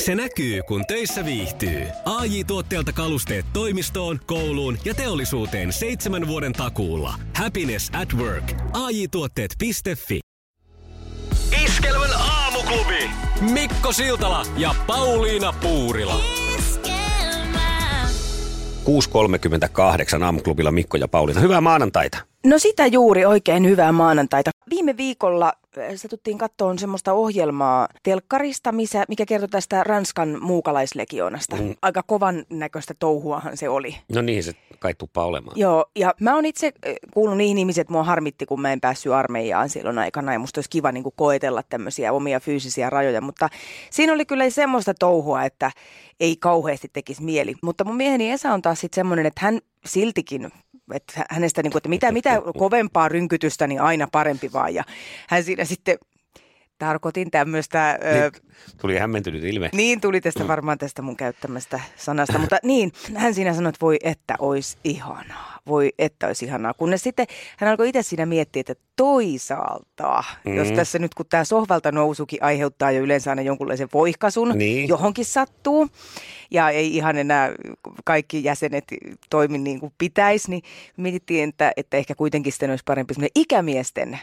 Se näkyy, kun töissä viihtyy. ai tuotteelta kalusteet toimistoon, kouluun ja teollisuuteen seitsemän vuoden takuulla. Happiness at work. ai tuotteetfi Iskelmän aamuklubi. Mikko Siltala ja Pauliina Puurila. 6.38 aamuklubilla Mikko ja Pauliina. Hyvää maanantaita. No sitä juuri oikein hyvää maanantaita. Viime viikolla äh, satuttiin kattoon semmoista ohjelmaa telkkarista, missä, mikä kertoi tästä Ranskan muukalaislegioonasta. Mm. Aika kovan näköistä touhuahan se oli. No niin se kai tuppaa olemaan. Joo, ja mä oon itse äh, kuullut niihin ihmisiin, että mua harmitti, kun mä en päässyt armeijaan silloin aikana, ja musta olisi kiva niin kuin koetella tämmöisiä omia fyysisiä rajoja, mutta siinä oli kyllä semmoista touhua, että ei kauheasti tekisi mieli. Mutta mun mieheni Esa on taas sitten semmoinen, että hän siltikin että hä- hänestä, niin kuin, että mitä, mitä kovempaa rynkytystä, niin aina parempi vaan. Ja hän siinä sitten, tarkoitin tämmöistä, ö, Tuli hämmentynyt ilme. niin tuli tästä varmaan tästä mun käyttämästä sanasta, mutta niin, hän siinä sanoi, että voi että olisi ihanaa, voi että olisi ihanaa, kunnes sitten hän alkoi itse siinä miettiä, että toisaalta, mm. jos tässä nyt kun tämä sohvalta nousukin aiheuttaa jo yleensä aina jonkunlaisen voihkasun, Niin. johonkin sattuu ja ei ihan enää kaikki jäsenet toimi niin kuin pitäisi, niin mietittiin, että, että ehkä kuitenkin sitten olisi parempi semmoinen ikämiesten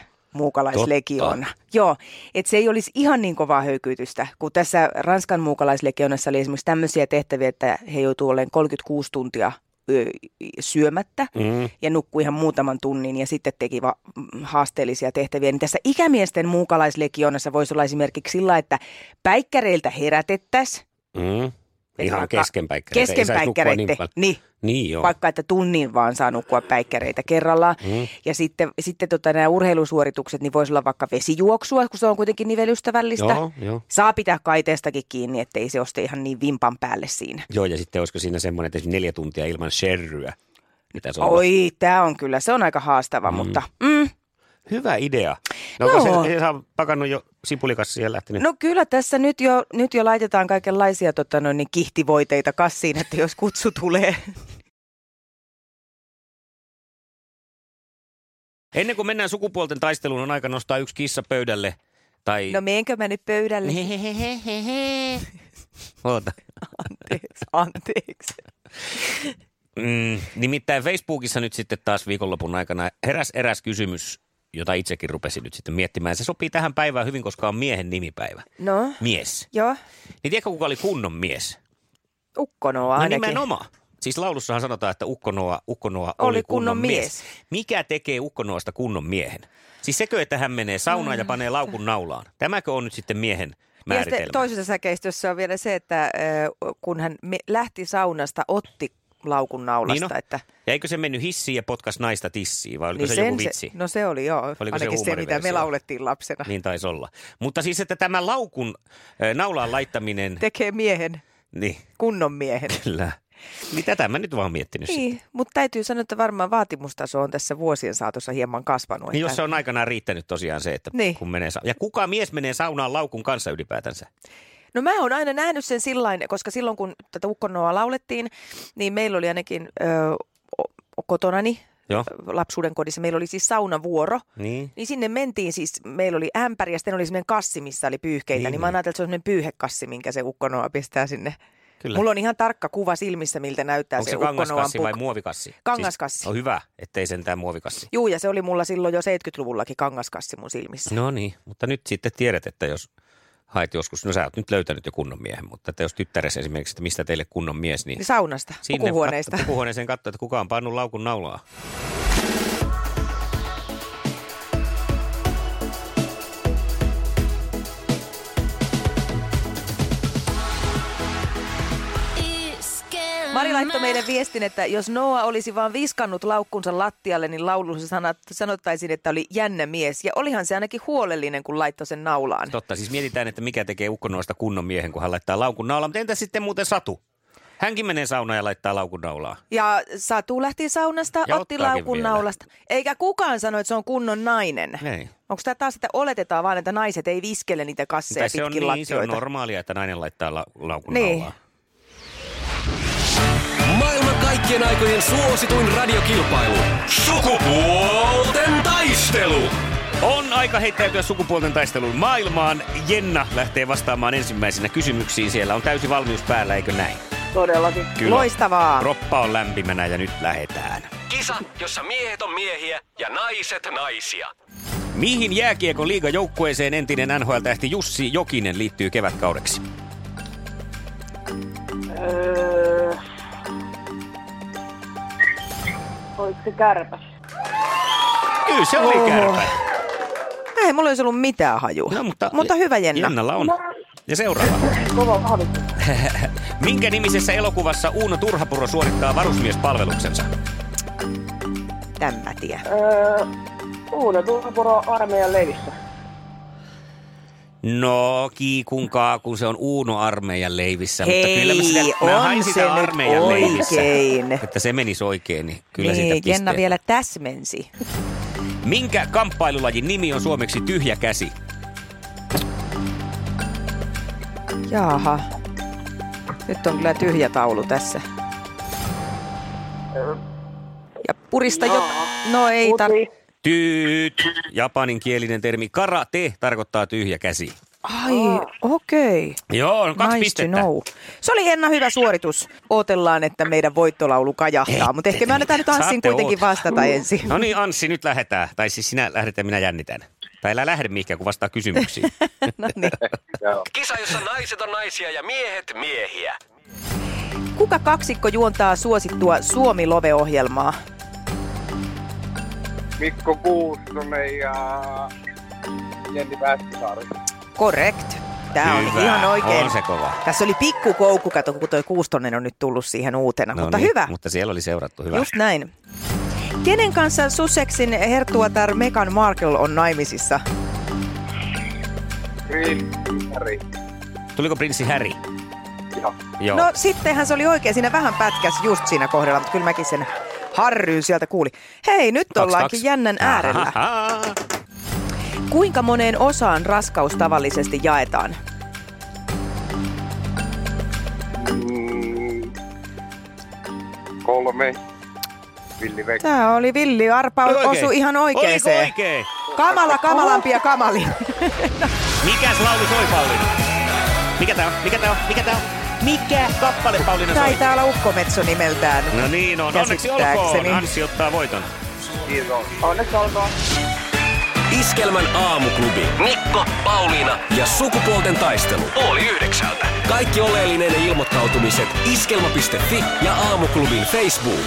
muukalaislegioona. Joo, että se ei olisi ihan niin kovaa höykyytystä, kun tässä Ranskan muukalaislegionassa oli esimerkiksi tämmöisiä tehtäviä, että he joutuu olemaan 36 tuntia ö, syömättä Mm. ja nukkui ihan muutaman tunnin ja sitten teki va- mm, haasteellisia tehtäviä. Niin tässä ikämiesten muukalaislegionassa voisi olla esimerkiksi sillä, että päikkäreiltä herätettäisiin. Mm. Ihan vaikka- keskenpäikkäreitä. Ei saisi nukkua Keskenpäikkäreiden, niin, niin, paljon. niin, niin joo. vaikka että tunnin vaan saa nukkua päikkäreitä kerrallaan. Mm. Ja sitten, sitten tota, nämä urheilusuoritukset, niin voisi olla vaikka vesijuoksua, kun se on kuitenkin nivelystävällistä. Joo, joo. Saa pitää kaiteestakin kiinni, ettei se oste ihan niin vimpan päälle siinä. Joo, ja sitten olisiko siinä semmoinen, että esimerkiksi neljä tuntia ilman sherryä. Mitä se on? Oi, tämä on kyllä, se on aika haastava, mm. mutta mm, Hyvä idea. No, no. Joo. Se, se, on pakannut jo sipulikassia ja lähtenyt. no kyllä tässä nyt jo, nyt jo laitetaan kaikenlaisia tota, noin, niin kihtivoiteita kassiin, että jos kutsu tulee. Ennen kuin mennään sukupuolten taisteluun, on aika nostaa yksi kissa pöydälle. Tai... No meenkö mä nyt pöydälle? Niin. Hehehehehe. Oota. Anteeksi, anteeksi. Mm, nimittäin Facebookissa nyt sitten taas viikonlopun aikana heräs eräs kysymys, jota itsekin rupesin nyt sitten miettimään. Se sopii tähän päivään hyvin, koska on miehen nimipäivä. No, Mies. joo, Niin tiedätkö, kuka oli kunnon mies? ukkonoa No ainakin. nimenomaan. Siis laulussahan sanotaan, että ukkonoa, ukkonoa oli, Oli kunnon, kunnon mies. mies. Mikä tekee ukkonoasta kunnon miehen? Siis sekö, että hän menee saunaan Mm. ja panee laukun naulaan? Tämäkö on nyt sitten miehen Ja sitten määritelmä? toisessa säkeistössä on vielä se, että ö, kun hän me- lähti saunasta, otti laukun naulasta. Niin on. että, Ja eikö se mennyt hissiin ja potkas naista tissiin vai oliko niin se joku vitsi? no se oli joo, se ainakin se, mitä me huumoriversio? laulettiin lapsena. Niin. Niin taisi olla. Mutta siis, että tämä laukun äh, naulaan laittaminen, Tekee miehen, niin kunnon miehen. kyllä. Niin tätä mä nyt vaan miettinyt niin, niin, mutta täytyy sanoa, että varmaan vaatimustaso on tässä vuosien saatossa hieman kasvanut. niin jos että- se on aikanaan riittänyt tosiaan se, että niin. Niin. kun menee sa- Ja kuka mies menee saunaan laukun kanssa ylipäätänsä? No mä oon aina nähnyt sen sillain, koska silloin kun tätä ukkonoa laulettiin, niin meillä oli ainakin ö, o- o- kotonani Joo. lapsuuden kodissa, meillä oli siis saunavuoro. Niin. Niin sinne mentiin siis, meillä oli ämpäri ja sitten oli semmoinen kassi, missä oli pyyhkeitä. Niin, Niin, niin mä niin. oon ajatellut, että se on semmoinen pyyhekassi, minkä se ukkonoa pistää sinne. Kyllä. Kyllä. Mulla on ihan tarkka kuva silmissä, miltä näyttää Onko se ukkonoan kangaskassi vai puk- muovikassi? Kangaskassi. Siis, on hyvä, ettei sentään muovikassi. Juu, ja se oli mulla silloin jo 70-luvullakin kangaskassi mun silmissä. No niin, mutta nyt sitten tiedät, että jos haet joskus, no sä oot nyt löytänyt jo kunnon miehen, mutta että jos tyttäres esimerkiksi, että mistä teille kunnon mies, niin Niin saunasta, sinne pukuhuoneista. katso- pukuhuoneeseen katsoa, että kuka on pannut laukun naulaa. Mari laittoi meille viestin, että jos Noa olisi vaan viskannut laukkunsa lattialle, niin laulussa sanat, sanottaisiin, että oli jännä mies. Ja olihan se ainakin huolellinen, kun laittoi sen naulaan. Totta, siis mietitään, että mikä tekee ukkonoista kunnon miehen, kun hän laittaa laukun naulaa. Mutta entäs sitten muuten Satu? Hänkin menee saunaan ja laittaa laukun naulaa. Ja Satu lähti saunasta, Ja otti ottaakin laukun vielä. Niin. naulasta. Eikä kukaan sano, että se on kunnon nainen. Ei. Onko tämä taas, että oletetaan vaan, että naiset ei viskele niitä kasseja se on, pitkin niin, se on lattioita? normaalia, että nainen laittaa la- laukun Niin. naulaa. Maailman kaikkien aikojen suosituin radiokilpailu. Sukupuolten taistelu. On aika heittäytyä sukupuolten taisteluun maailmaan. Jenna lähtee vastaamaan ensimmäisenä kysymyksiin. Siellä on täysi valmius päällä, eikö näin? Todellakin. Kyllä. Loistavaa. Roppa on lämpimänä ja nyt lähetään. Kisa, jossa miehet on miehiä ja naiset naisia. Mihin jääkiekon liigajoukkueeseen entinen NHL-tähti Jussi Jokinen liittyy kevätkaudeksi? Öö... Oliko se kärpäs? Kyllä se oli Oho. kärpä. Ei mulla olisi ollut mitään hajua. No, mutta, mutta hyvä Jenna. Jennalla on. Ja seuraava. Kova vahvistus. Minkä nimisessä elokuvassa Uuno Turhapuro suorittaa varusmiespalveluksensa? Tän mä tiedän. Öö... Uuno Turhapuro armeijan leivissä. No, kiikun kaakun, se on Uuno armeijan leivissä, mutta Hei, kyllä mä, sitä, mä on hain se sitä nyt armeijan leivissä. oikein. Että se menisi oikein, niin kyllä siitä niin, pisteet. Jenna vielä täsmensi. Minkä kamppailulajin nimi on suomeksi tyhjä käsi? Jaaha. Nyt on kyllä tyhjä taulu tässä. Ja purista jo... No ei Puti. tar... Tyyt. Japaninkielinen termi karate tarkoittaa tyhjä käsi. Ai, okei. Joo, on kaksi nice pistettä. to know. Se oli Henna hyvä suoritus. Ootellaan, että meidän voittolaulu kajahtaa, mutta ehkä me annetaan nyt Anssin Saatte kuitenkin ootella. vastata ensin. No niin, Anssi, nyt lähdetään. Tai siis sinä lähdet ja minä jännitän. Tai älä lähde mihinkään, kun vastaa kysymyksiin. No niin. Kisa, jossa naiset on naisia ja miehet miehiä. Kuka kaksikko juontaa suosittua Suomi-love-ohjelmaa? Mikko Kuustonen ja Jenni Pähtisaari. Correct. Tämä on Hyvä. ihan oikein. On se kova. Tässä oli pikkukoukku, kato, kun toi Kuustonen on nyt tullut siihen uutena, No mutta niin, hyvä. Mutta siellä oli seurattu. Hyvä. Just näin. Kenen kanssa Sussexin herttuatar Meghan Markle on naimisissa? Green Harry. Tuliko prinssi Häri? Joo. Joo. No sittenhän se oli oikein, siinä vähän pätkäs just siinä kohdalla, mutta kyllä mäkin sen harryyn sieltä kuuli. Hei, nyt Kaksi, ollaankin kaksi. jännän äärellä. Ahaha. Kuinka moneen osaan raskaus tavallisesti jaetaan? Mm, kolme. Villi Vekka. Tämä oli villi arpa, Oliko oikein? osui ihan oikeeseen. Oliko oikein? Kamala kamalampi ja kamali. Mikäs laulu soi, Pauliina? Mikä tää on? Mikä tää on? Mikä tää on? Mikä kappale, Pauliina, soi? Taitaa olla ukkometso nimeltään. No niin on. Onneksi olkoon. Käsittääkseni. Anssi ottaa voiton. Kiitos. Onneksi olkoon. Iskelmän aamuklubi. Mikko, Pauliina ja sukupuolten taistelu. puoli yhdeksältä. Kaikki oleellinen ilmoittautumiset iskelma.fi ja aamuklubin Facebook.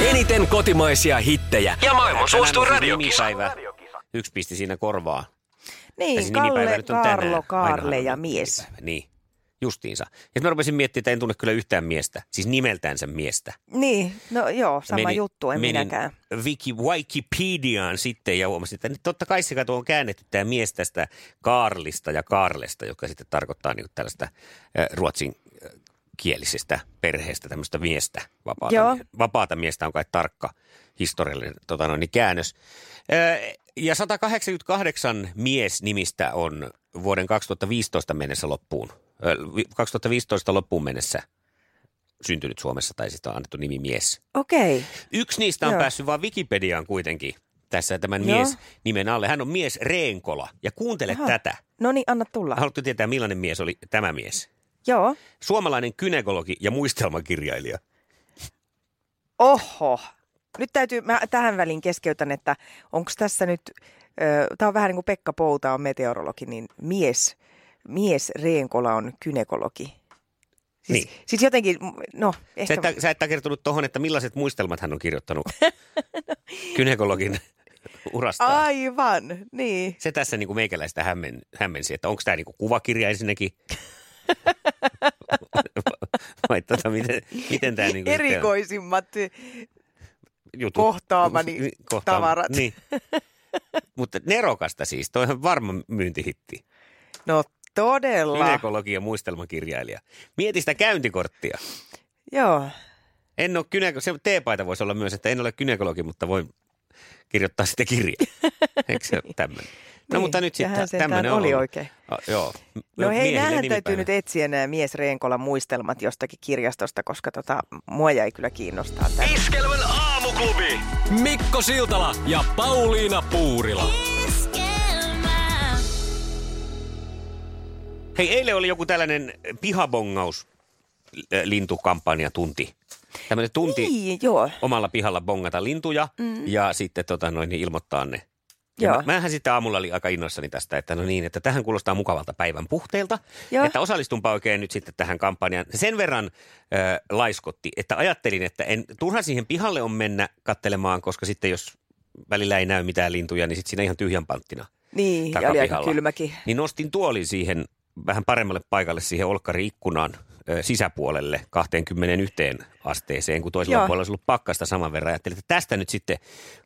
Eniten kotimaisia hittejä Ja maailman suosituin Tänään on siis radiokisa. nimipäivä. Yksi pisti siinä korvaa. Tai Niin, siis nimipäivä Kalle, nyt on tänään. Karlo, Ainahan Kaarle on ja mies. nimipäivä, Niin, justiinsa. Ja mä rupesin miettimään, että en tunne kyllä yhtään miestä, siis nimeltänsä miestä. Niin, no joo, sama Menin- juttu, en menin minäkään. Wiki, Wikipediaan sitten ja huomasin, että nyt totta kai se kato on käännetty tämä mies tästä Kaarlista ja Kaarlesta, joka sitten tarkoittaa niin tällaista äh, ruotsin äh, kielisestä perheestä tämmöistä miestä. Vapaata, Joo. vapaata miestä on kai tarkka historiallinen tota noin, niin käännös. Ö, Ja 188 miesnimistä on vuoden 2015 mennessä loppuun. ö, vi- 2015 loppuun mennessä syntynyt Suomessa tai sitä on annettu nimi mies. Okei, Yksi niistä on Joo. Joo. päässyt vaan Wikipediaan kuitenkin tässä tämän Joo. mies nimen alle. Hän on mies Reenkola. Ja kuuntele Aha. Aha. tätä. no niin, anna tulla. Haluatte tietää, millainen mies oli tämä mies? Joo. Suomalainen kynekologi ja muistelmakirjailija. Siis Oho. Nyt täytyy, mä tähän väliin keskeytän, että onko tässä nyt, tämä on vähän niin kuin Pekka Pouta on meteorologi, niin mies, mies Reenkola on kynekologi. Siis, Niin. siis jotenkin, no Sä ehkä... et, sä et kertonut tuohon, että millaiset muistelmat hän on kirjoittanut No. kynekologin urasta. Aivan, niin. Se tässä niin kuin meikäläistä hämmen, hämmensi, että onko tämä niin kuin kuvakirja ensinnäkin? Vai tota, miten, miten tämä niin Erikoisimmat. jutut. kohtaamani tavarat. Niin. Mutta nerokasta siis, toi on varma myyntihitti. No todella. Kynekologi ja muistelmakirjailija. Mieti sitä käyntikorttia. Joo. En ole kyneko- se teepaita voisi olla myös, että en ole kynekologi, mutta voin kirjoittaa sitä kirjaa. Eikö se ole tämmöinen? No Niin, mutta nyt tähän sitten sentään tämmöinen on oli ollut. oikein. A, joo. No hei, Miehille näähän nimipäivä. täytyy nyt etsiä nämä mies Reenkolan muistelmat jostakin kirjastosta, koska tota, mua jäi kyllä kiinnostaa tämä. Iskelmän aamuklubi. Klubi. Mikko Siltala ja Pauliina Puurila. Iskelmää. Hei, eilen oli joku tällainen eh, pihabongaus äh, lintukampanja tunti. Tämmöinen tunti Niin, joo. omalla pihalla bongata lintuja mm. ja sitten tota, noin, niin ilmoittaa ne. Ja Joo. mä, mähän sitten aamulla oli aika innoissani tästä, että no niin, että tähän kuulostaa mukavalta päivän puhteelta, Joo. että osallistunpa oikein nyt sitten tähän kampanjaan. Sen verran äh, laiskotti, että ajattelin, että en turha siihen pihalle on mennä kattelemaan, koska sitten jos välillä ei näy mitään lintuja, niin sitten siinä ihan tyhjän panttina Niin, ja oli takapihalla. aika kylmäkin. Niin nostin tuolin siihen vähän paremmalle paikalle siihen olkkari-ikkunan ö, sisäpuolelle 21 asteeseen, kun toisella Joo. puolella olisi ollut pakkasta saman verran. Ajattelin, että tästä nyt sitten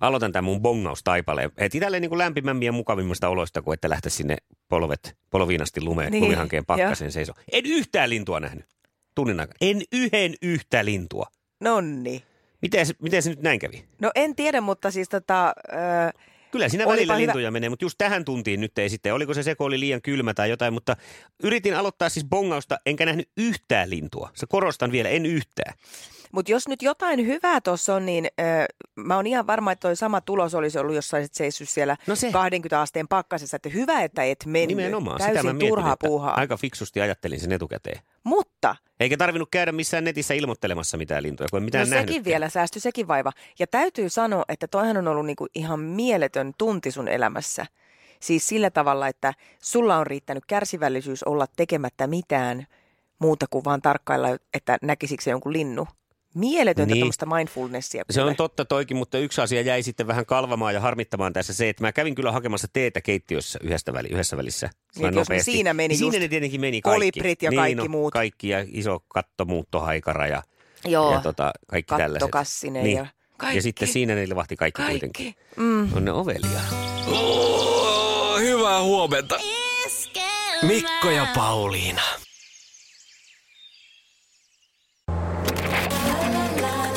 aloitan tämän mun bongaustaipaleen. Heti tälleen niin kuin lämpimämmin ja mukavimmista oloista, kun että lähteä sinne polvet, polviin asti lumeen, niin. Niin, lumihankeen joo. pakkaseen seiso. En yhtään lintua nähnyt tunnin aikana. En yhden yhtä lintua. Nonni. Miten, se- miten se nyt näin kävi? No en tiedä, mutta siis tota, ö, Kyllä siinä Olipa välillä hyvä. lintuja menee, mutta just tähän tuntiin nyt ei sitten. Oliko se seko oli liian kylmä tai jotain, mutta yritin aloittaa siis bongausta, enkä nähnyt yhtään lintua. Se korostan vielä, en yhtään. Mutta jos nyt jotain hyvää tuossa on, niin ö, mä oon ihan varma, että toi sama tulos olisi ollut, jos saisit seissyt siellä No no se. 20 asteen pakkasessa. Että hyvä, että et mennyt. Nimenomaan, Täysin sitä mä mietin, turhaa että puuhaa. aika fiksusti ajattelin sen etukäteen. Mutta Eikä tarvinnut käydä missään netissä ilmoittelemassa mitään lintuja, kun en mitään no nähnytkään. sekin vielä, säästy sekin vaiva. Ja täytyy sanoa, että toihan on ollut niinku ihan mieletön tunti sun elämässä. Siis sillä tavalla, että sulla on riittänyt kärsivällisyys olla tekemättä mitään muuta kuin vaan tarkkailla, että näkisikö se jonkun linnu. Mieletöntä Niin. niin. tämmöistä mindfulnessia. Se kuule. on totta toikin, mutta yksi asia jäi sitten vähän kalvamaan ja harmittamaan tässä se, että mä kävin kyllä hakemassa teetä keittiössä yhdestä väli, yhdessä välissä. Niin, Noin jos ne nopeasti. siinä meni Siinä just ne tietenkin meni kaikki. kolibrit ja niin, no, kaikki muut. Kaikki ja iso katto, muuttohaikara ja, Joo. ja tota, kaikki tällaiset. Niin. Kattokassinen ja Ja kaikki. sitten siinä ne livahti kaikki, kaikki. kuitenkin. Mm. On ne ovelia. Oh, hyvää huomenta. Iskelmää. Mikko ja Pauliina.